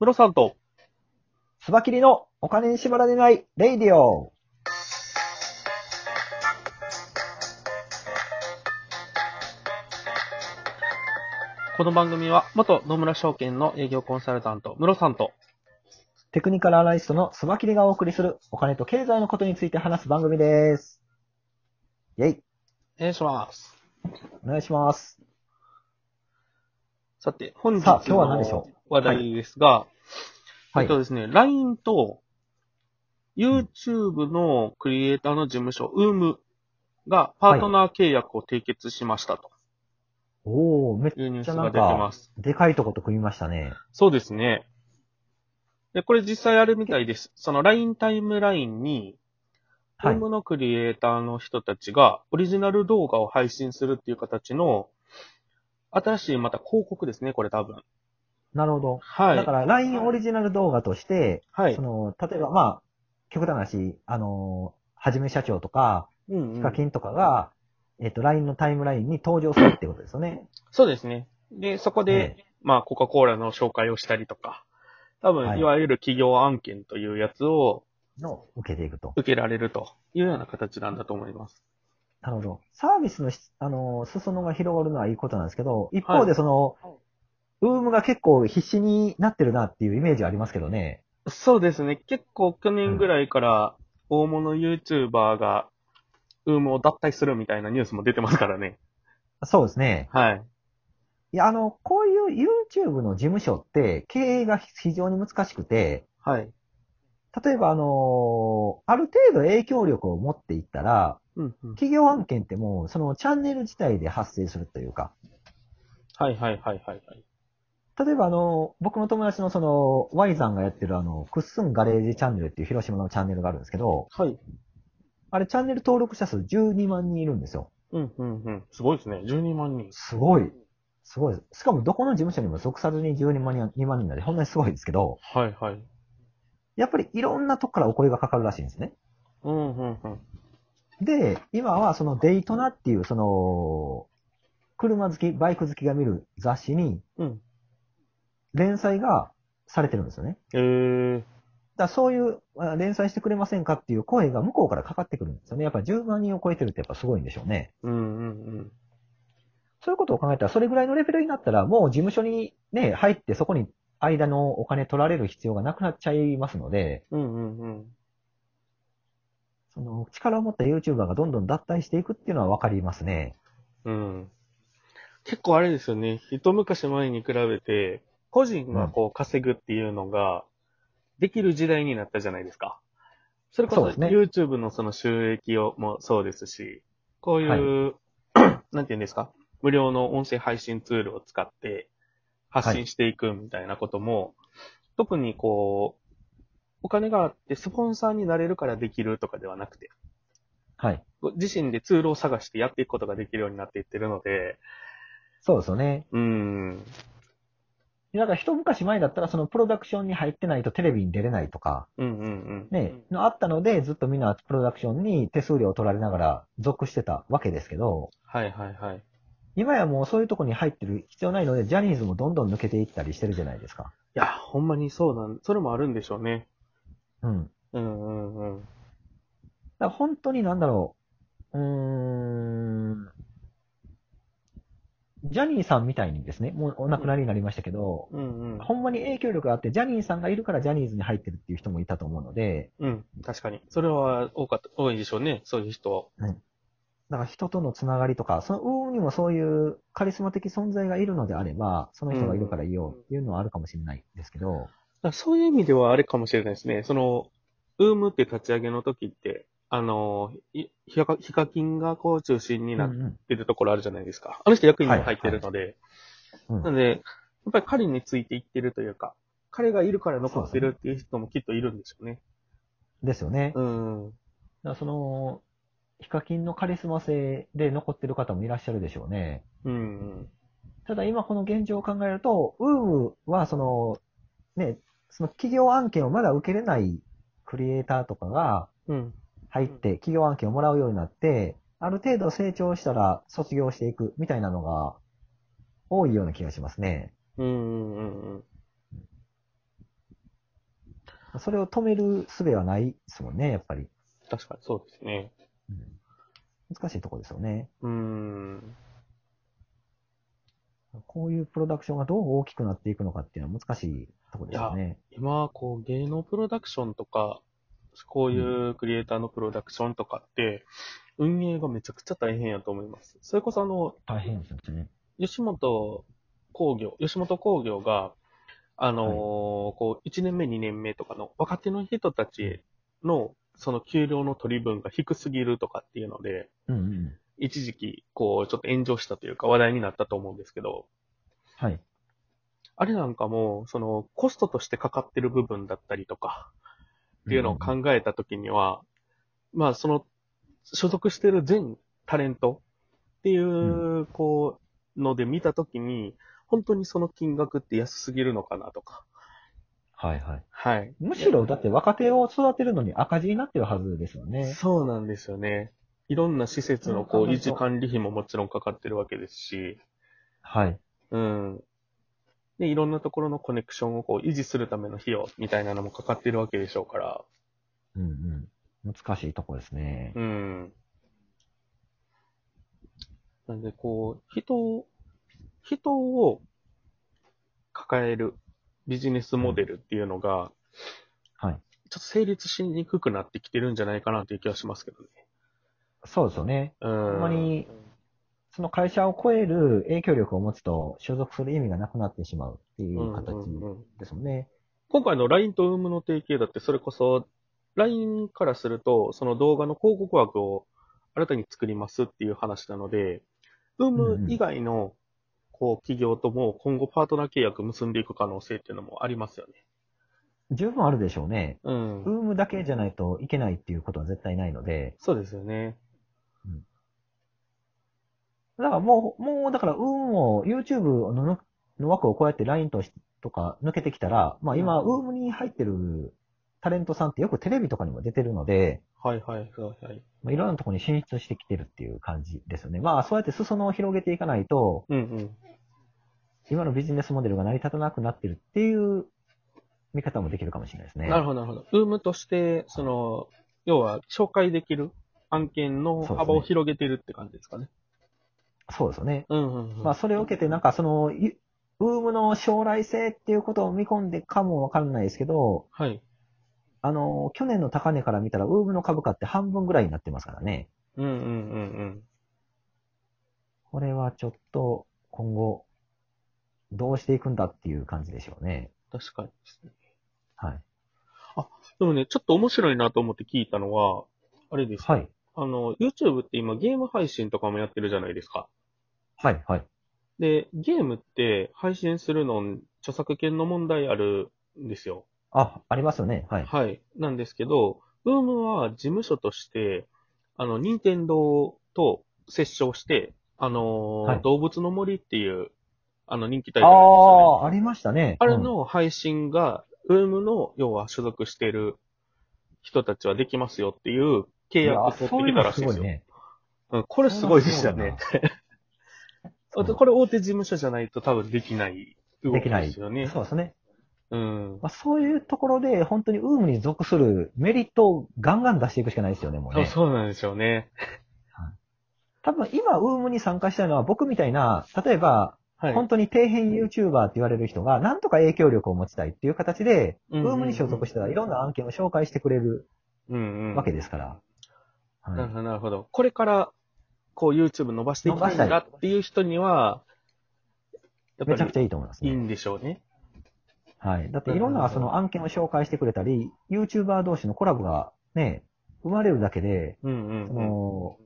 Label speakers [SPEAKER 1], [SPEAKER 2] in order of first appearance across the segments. [SPEAKER 1] ムロさんと、
[SPEAKER 2] スバキリのお金に縛られないレイディオ。
[SPEAKER 1] この番組は、元野村証券の営業コンサルタント、ムロさんと、
[SPEAKER 2] テクニカルアナリストのスバキリがお送りするお金と経済のことについて話す番組です。イェイ。
[SPEAKER 1] お願いします。
[SPEAKER 2] お願いします。
[SPEAKER 1] さて、本日
[SPEAKER 2] さあ今日は何でし
[SPEAKER 1] の
[SPEAKER 2] ょ
[SPEAKER 1] 話題ですが、
[SPEAKER 2] は
[SPEAKER 1] え
[SPEAKER 2] い
[SPEAKER 1] っとですね、LINE と、YouTube のクリエイターの事務所、UM がパートナー契約を締結しましたと
[SPEAKER 2] おー、めっ
[SPEAKER 1] いうニュース
[SPEAKER 2] じゃあ
[SPEAKER 1] が
[SPEAKER 2] な
[SPEAKER 1] 出
[SPEAKER 2] ん
[SPEAKER 1] て
[SPEAKER 2] か
[SPEAKER 1] ます。
[SPEAKER 2] でかいとこと組みましたね。
[SPEAKER 1] そうですね。で、これ実際あれみたいです。その LINE タイムラインに、
[SPEAKER 2] はい
[SPEAKER 1] 今後のクリエイターの人たちがオリジナル動画を配信するっていう形の、新しいまた広告ですね、これ多分。
[SPEAKER 2] なるほど。
[SPEAKER 1] はい。
[SPEAKER 2] だから、LINE オリジナル動画として、
[SPEAKER 1] はい
[SPEAKER 2] そ。の、例えば、まあ、極端な話、あのー、はじめ社長とか、
[SPEAKER 1] うんう
[SPEAKER 2] ヒ
[SPEAKER 1] ん
[SPEAKER 2] カキンとかが、えっと、LINE のタイムラインに登場するってことですよね。
[SPEAKER 1] そうですね。で、そこで、まあ、コカ・コーラの紹介をしたりとか、多分、
[SPEAKER 2] はい
[SPEAKER 1] い、わゆる企業案件というやつを
[SPEAKER 2] の、受けていくと。
[SPEAKER 1] 受けられるというような形なんだと思います。
[SPEAKER 2] なるほど。サービスのし、あのー、裾野が広がるのはいいことなんですけど、一
[SPEAKER 1] は
[SPEAKER 2] 方
[SPEAKER 1] い
[SPEAKER 2] でその、
[SPEAKER 1] はい
[SPEAKER 2] ウームが結構必死になってるなっていうイメージはありますけどね。
[SPEAKER 1] そうですね。結構去年ぐらいから大物 YouTuber が、ウームを脱退するみたいなニュースも出てますからね。
[SPEAKER 2] そうですね。
[SPEAKER 1] はい。
[SPEAKER 2] いや、あの、こういう YouTube の事務所って経営が非常に難しくて、
[SPEAKER 1] はい。
[SPEAKER 2] 例えばあのー、ある程度影響力を持っていったら、
[SPEAKER 1] うんうん、
[SPEAKER 2] 企業案件ってもうそのチャンネル自体で発生するというか、
[SPEAKER 1] はいはいはいはいはい。
[SPEAKER 2] 例えばあの、僕の友達のその、Y さんがやってるあの、クッスンガレージチャンネルっていう広島のチャンネルがあるんですけど、
[SPEAKER 1] はい。
[SPEAKER 2] あれチャンネル登録者数12万人いるんですよ。
[SPEAKER 1] うんうんうん。すごいですね。12万人。
[SPEAKER 2] すごい。すごいです。しかもどこの事務所にも属さずに12万人、2万人なんで、ほんなにすごいですけど、
[SPEAKER 1] はいはい。
[SPEAKER 2] やっぱりいろんなとこからお声がかかるらしいんですね。
[SPEAKER 1] うんうんうん。
[SPEAKER 2] で、今はそのデイトナっていう、その、車好き、バイク好きが見る雑誌に
[SPEAKER 1] うん。
[SPEAKER 2] 連載がされてるんですよね。
[SPEAKER 1] えー。
[SPEAKER 2] だからそういうあ連載してくれませんかっていう声が向こうからかかってくるんですよね。やっぱ10万人を超えてるってやっぱすごいんでしょうね。
[SPEAKER 1] うんうんうん。
[SPEAKER 2] そういうことを考えたら、それぐらいのレベルになったら、もう事務所にね、入ってそこに間のお金取られる必要がなくなっちゃいますので、
[SPEAKER 1] うんうんうん。
[SPEAKER 2] その力を持った YouTuber がどんどん脱退していくっていうのはわかりますね。
[SPEAKER 1] うん。結構あれですよね。一昔前に比べて、個人がこう稼ぐっていうのが、できる時代になったじゃないですか。それこそ
[SPEAKER 2] そうですね
[SPEAKER 1] YouTube のその収益をもそうですし、こういう、 なんていうんですか、無料の音声配信ツールを使って発信していくみたいなことも、特にこう、お金があってスポンサーになれるからできるとかではなくて、
[SPEAKER 2] はい。
[SPEAKER 1] 自身でツールを探してやっていくことができるようになっていってるので、
[SPEAKER 2] そうですよね。
[SPEAKER 1] うん。
[SPEAKER 2] だから一昔前だったら、そのプロダクションに入ってないとテレビに出れないとか、
[SPEAKER 1] うんうんうん。
[SPEAKER 2] ね、のあったので、ずっとみんなプロダクションに手数料を取られながら属してたわけですけど、
[SPEAKER 1] はいはいはい。
[SPEAKER 2] 今やもうそういうとこに入ってる必要ないので、ジャニーズもどんどん抜けていったりしてるじゃないですか。
[SPEAKER 1] いや、ほんまにそうなん、それもあるんでしょうね。
[SPEAKER 2] うん。
[SPEAKER 1] うんうんうん。
[SPEAKER 2] だから本当になんだろう。うーん。ジャニーさんみたいにですね、もうお亡くなりになりましたけど、
[SPEAKER 1] うんうん。
[SPEAKER 2] ほんまに影響力があって、ジャニーさんがいるからジャニーズに入ってるっていう人もいたと思うので、
[SPEAKER 1] うん。確かに。それは多かった、多いでしょうね。そういう人は。
[SPEAKER 2] だから人とのつながりとか、その運にもそういうカリスマ的存在がいるのであれば、その人がいるからいいよっていうのはあるかもしれないですけど、
[SPEAKER 1] だからそういう意味ではあれかもしれないですね。その、ウームって立ち上げの時って、あの、いヒカヒカキンがこう中心に
[SPEAKER 2] うん
[SPEAKER 1] な
[SPEAKER 2] う
[SPEAKER 1] っ
[SPEAKER 2] ん
[SPEAKER 1] てるところあるじゃないですか。あの人役員にも入ってるので。
[SPEAKER 2] うん
[SPEAKER 1] なので、やっぱり彼についていってるというか、彼がいるから残ってるっていう人もきっといるんでしょうね。
[SPEAKER 2] ですよね。だか
[SPEAKER 1] うん。
[SPEAKER 2] らその、ヒカキンのカリスマ性で残ってる方もいらっしゃるでしょうね。
[SPEAKER 1] うんうん。
[SPEAKER 2] ただ今この現状を考えると、ウームはその、ね、その企業案件をまだ受けれないクリエイターとかが
[SPEAKER 1] うん。
[SPEAKER 2] 入って企業案件をもらうようになって、ある程度成長したら卒業していくみたいなのが多いような気がしますね。
[SPEAKER 1] うんうんうんうん。
[SPEAKER 2] それを止める術はないですもんね、やっぱり。
[SPEAKER 1] 確かにそうですね。
[SPEAKER 2] うん難しいところですよね。
[SPEAKER 1] うーん。
[SPEAKER 2] こういうプロダクションがどう大きくなっていくのかっていうのは難しいところですよね。
[SPEAKER 1] 今、こう、芸能プロダクションとか、こういうクリエイターのプロダクションとかって、運営がめちゃくちゃ大変やと思います。それこそあの、
[SPEAKER 2] 大変ですよね。
[SPEAKER 1] 吉本工業、吉本工業が、あのー
[SPEAKER 2] はい
[SPEAKER 1] こう、1年目、2年目とかの若手の人たちの、その給料の取り分が低すぎるとかっていうので、
[SPEAKER 2] うんうん。
[SPEAKER 1] 一時期、こう、ちょっと炎上したというか話題になったと思うんですけど、
[SPEAKER 2] はい。
[SPEAKER 1] あれなんかも、その、コストとしてかかってる部分だったりとか、っていうのを考えたときには、まあ、その、所属してる全タレントっていう、こう、ので見たときに、本当にその金額って安すぎるのかなとか。
[SPEAKER 2] はいはい。
[SPEAKER 1] はい。
[SPEAKER 2] むしろだって若手を育てるのに赤字になってるはずですよね。
[SPEAKER 1] そうなんですよね。いろんな施設のこう、維持管理費ももちろんかかってるわけですし、
[SPEAKER 2] はい。
[SPEAKER 1] うん。で、いろんなところのコネクションをこう、維持するための費用みたいなのもかかってるわけでしょうから、
[SPEAKER 2] うんうん。難しいところですね。
[SPEAKER 1] うん。なんで、こう、人を、人を抱えるビジネスモデルっていうのが、
[SPEAKER 2] は
[SPEAKER 1] ちょ
[SPEAKER 2] い
[SPEAKER 1] っと成立しにくくなってきてるんじゃないかなという気はしますけどね。
[SPEAKER 2] そうですよね。
[SPEAKER 1] うん。
[SPEAKER 2] んまにその会社を超える影響力を持つと所属する意味がなくなってしまうってい
[SPEAKER 1] うん
[SPEAKER 2] う
[SPEAKER 1] うん
[SPEAKER 2] 形
[SPEAKER 1] うん
[SPEAKER 2] ですもんね。
[SPEAKER 1] 今回の LINE と UM の提携だって、それこそ、LINE からすると、その動画の広告枠を新たに作りますっていう話なので、
[SPEAKER 2] うん
[SPEAKER 1] UM 以外の、こう、企業とも今後パートナー契約結んでいく可能性っていうのもありますよね。
[SPEAKER 2] 十分あるでしょうね。
[SPEAKER 1] うん。
[SPEAKER 2] ウームだけじゃないといけないっていうことは絶対ないので、
[SPEAKER 1] そうですよね。
[SPEAKER 2] だからもう、もうだから、うんを YouTube のの枠をこうやって LINE としとか抜けてきたら、まあ今、
[SPEAKER 1] う
[SPEAKER 2] うんん、ウームに入ってるタレントさんってよくテレビとかにも出てるので、
[SPEAKER 1] はいはいはいはい。
[SPEAKER 2] まあ、いろんなところに進出してきてるっていう感じですよね。まあそうやって裾野を広げていかないと、
[SPEAKER 1] うんうん。
[SPEAKER 2] 今のビジネスモデルが成り立たなくなってるっていう見方もできるかもしれないですね。
[SPEAKER 1] なるほどなるほど。UM として、その、要は、紹介できる案件の幅を広げてるって感じですかね。
[SPEAKER 2] そうですよね。
[SPEAKER 1] うんうんうん。
[SPEAKER 2] まあそれを受けて、なんかその、ゆウームの将来性っていうことを見込んでかもわからないですけど、
[SPEAKER 1] はい。
[SPEAKER 2] あの、去年の高値から見たら、ウームの株価って半分ぐらいになってますからね。
[SPEAKER 1] うんうんうんうん。
[SPEAKER 2] これはちょっと、今後、どうしていくんだっていう感じでしょうね。
[SPEAKER 1] 確かにですね。
[SPEAKER 2] はい。
[SPEAKER 1] でもね、ちょっと面白いなと思って聞いたのは、あれです。
[SPEAKER 2] はい。
[SPEAKER 1] あの、YouTube って今ゲーム配信とかもやってるじゃないですか。
[SPEAKER 2] はい、はい。
[SPEAKER 1] で、ゲームって配信するの、著作権の問題あるんですよ。
[SPEAKER 2] あ、ありますよね。はい。
[SPEAKER 1] はい。なんですけど、ブームは事務所として、あの、任天堂と接触して、あのー
[SPEAKER 2] はい
[SPEAKER 1] 動物の森っていう、あの、人気タイ
[SPEAKER 2] あ
[SPEAKER 1] トルですよね。
[SPEAKER 2] あ、ありましたね。
[SPEAKER 1] あれ
[SPEAKER 2] うん
[SPEAKER 1] の配信が、ウームの、要は所属してる人たちはできますよっていう契約を取ってきたらしいですよ。
[SPEAKER 2] やそううのごね。
[SPEAKER 1] うん、これすごいでしたね。
[SPEAKER 2] そうだな
[SPEAKER 1] これ大手事務所じゃないと多分できない動
[SPEAKER 2] で
[SPEAKER 1] き
[SPEAKER 2] きな
[SPEAKER 1] で
[SPEAKER 2] い。
[SPEAKER 1] すよね。
[SPEAKER 2] そうですね。
[SPEAKER 1] うん。
[SPEAKER 2] まあ、そういうところで、本当にウームに属するメリットをガンガン出していくしかないですよね、もう
[SPEAKER 1] そう
[SPEAKER 2] ね。
[SPEAKER 1] そうなんですよね。
[SPEAKER 2] 多分今、ウームに参加したいのは、僕みたいな、例えば、
[SPEAKER 1] はい。
[SPEAKER 2] 本当に底辺 YouTuber って言われる人が、なんとか影響力を持ちたいっていう形で、
[SPEAKER 1] うんう
[SPEAKER 2] ウ
[SPEAKER 1] んうん
[SPEAKER 2] ームに所属したらいろんな案件を紹介してくれる
[SPEAKER 1] うんうん。
[SPEAKER 2] わけですから。
[SPEAKER 1] な
[SPEAKER 2] は
[SPEAKER 1] る
[SPEAKER 2] い
[SPEAKER 1] ほど、なるほど。これから、こう YouTube 伸ばしていきたいんだっていう人には、や
[SPEAKER 2] め
[SPEAKER 1] っ
[SPEAKER 2] ちゃ
[SPEAKER 1] ぱ
[SPEAKER 2] くちゃいいと思います
[SPEAKER 1] りいい
[SPEAKER 2] ね。
[SPEAKER 1] んでしょうね。
[SPEAKER 2] はい。だっていろんなその案件を紹介してくれたり、YouTuber 同士のコラボがね、生まれるだけで、
[SPEAKER 1] うんう
[SPEAKER 2] そ
[SPEAKER 1] んうん。
[SPEAKER 2] の、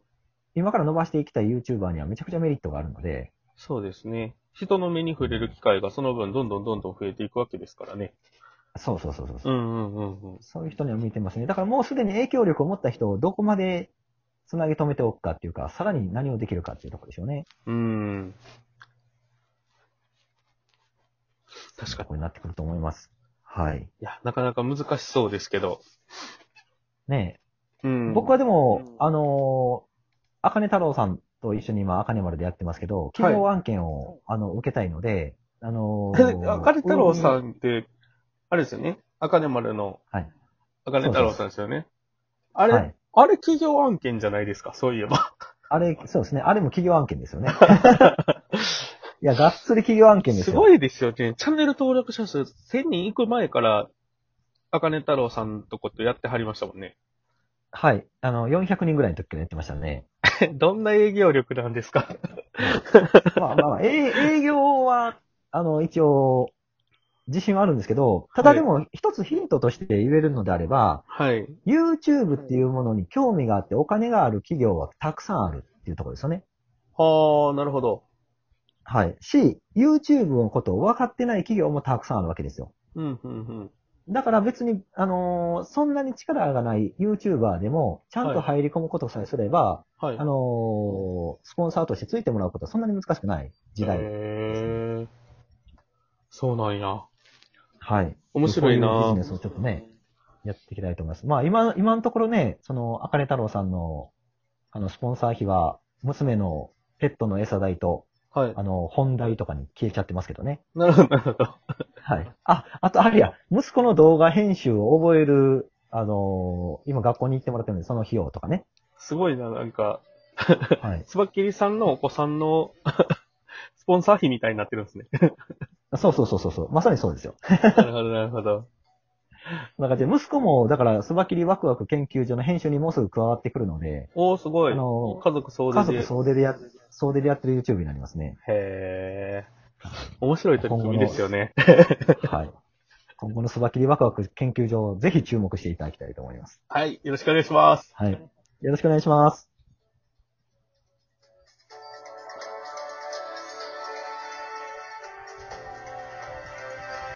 [SPEAKER 2] 今から伸ばしていきたい YouTuber にはめちゃくちゃメリットがあるので、
[SPEAKER 1] そうですね。人の目に触れる機会がその分どんどんどんどん増えていくわけですからね。
[SPEAKER 2] そうそうそうそう
[SPEAKER 1] う
[SPEAKER 2] そう。
[SPEAKER 1] んうんうんうん。
[SPEAKER 2] そういう人には向いてますね。だからもうすでに影響力を持った人をどこまで繋ぎ止めておくかっていうか、さらに何をできるかっていうところでしょうね。
[SPEAKER 1] うん。確か
[SPEAKER 2] と
[SPEAKER 1] に。
[SPEAKER 2] こになってくると思います。はい。
[SPEAKER 1] いや、なかなか難しそうですけど。
[SPEAKER 2] ねえ、
[SPEAKER 1] 僕
[SPEAKER 2] 僕はでも、
[SPEAKER 1] うん
[SPEAKER 2] あのあかね太郎さんと一緒に今、あかね丸でやってますけど、企業案件を、あの受けたいので、あの
[SPEAKER 1] あかり太郎さん
[SPEAKER 2] ん。
[SPEAKER 1] って、あれですよね。アカネ丸の、
[SPEAKER 2] はい。
[SPEAKER 1] アカネ太郎さんですよね。あれ、
[SPEAKER 2] はい。
[SPEAKER 1] あれ企業案件じゃないですか、そういえば。
[SPEAKER 2] あれ、そうですね。あれも企業案件ですよ ね。いや、がっつり企業案件です
[SPEAKER 1] す
[SPEAKER 2] よ。
[SPEAKER 1] ご
[SPEAKER 2] い。
[SPEAKER 1] いですよね。チャンネル登録者数1000人行く前から、アカネ太郎さんとことやってはりましたもんね。
[SPEAKER 2] はい。あの、400人ぐらいの時からやってましたね。
[SPEAKER 1] どんな営業力なんですか
[SPEAKER 2] まあまあまあ、えー営業は、あの、一応、自信はあるんですけど、ただでも一つヒントとして言えるのであれば、
[SPEAKER 1] はい。
[SPEAKER 2] YouTube っていうものに興味があってお金がある企業はたくさんあるっていうところですよね。
[SPEAKER 1] はあ、なるほど。
[SPEAKER 2] はい。し、YouTube のことを分かってない企業もたくさんあるわけですよ。
[SPEAKER 1] うん、うん、
[SPEAKER 2] だから別に、あのーそんなに力がない YouTuber でも、ちゃんと入り込むことさえすれば、
[SPEAKER 1] うん。はい。
[SPEAKER 2] あのースポンサーとしてついてもらうことはそんなに難しくない時代。
[SPEAKER 1] へーそうなんや。
[SPEAKER 2] はい。
[SPEAKER 1] 面白いな
[SPEAKER 2] そううビジネスをちょっとね、やっていきたいと思います。まあ今、今のところね、その、あかね太郎さんの、あの、スポンサー費は、娘のペットの餌代と、
[SPEAKER 1] はい。
[SPEAKER 2] あの、本代とかに消えちゃってますけどね。
[SPEAKER 1] なるほど、なるほど。
[SPEAKER 2] はい。あ、あとあれや、息子の動画編集を覚える、あのー今学校に行ってもらってるんで、その費用とかね。
[SPEAKER 1] すごいな、なんか、
[SPEAKER 2] はい。
[SPEAKER 1] つばきりさんのお子さんの、 スポンサー費みたいになってるんですね。
[SPEAKER 2] そうそうそうそうそう。まさにそうですよ。
[SPEAKER 1] なるほど、なるほど。
[SPEAKER 2] なんかで、息子も、だから、スバキリワクワク研究所の編集にもうすぐ加わってくるので、
[SPEAKER 1] おー、すごい。
[SPEAKER 2] あの
[SPEAKER 1] 家族総
[SPEAKER 2] 家
[SPEAKER 1] 出で。
[SPEAKER 2] 族総出でや、総出でやってる YouTube になります ね。
[SPEAKER 1] へー。面白い取り組みですよね。
[SPEAKER 2] はい。今後のスバキリワクワク研究所、ぜひ注目していただきたいと思います。
[SPEAKER 1] はい。よろしくお願いします。
[SPEAKER 2] はい。よろしくお願いします。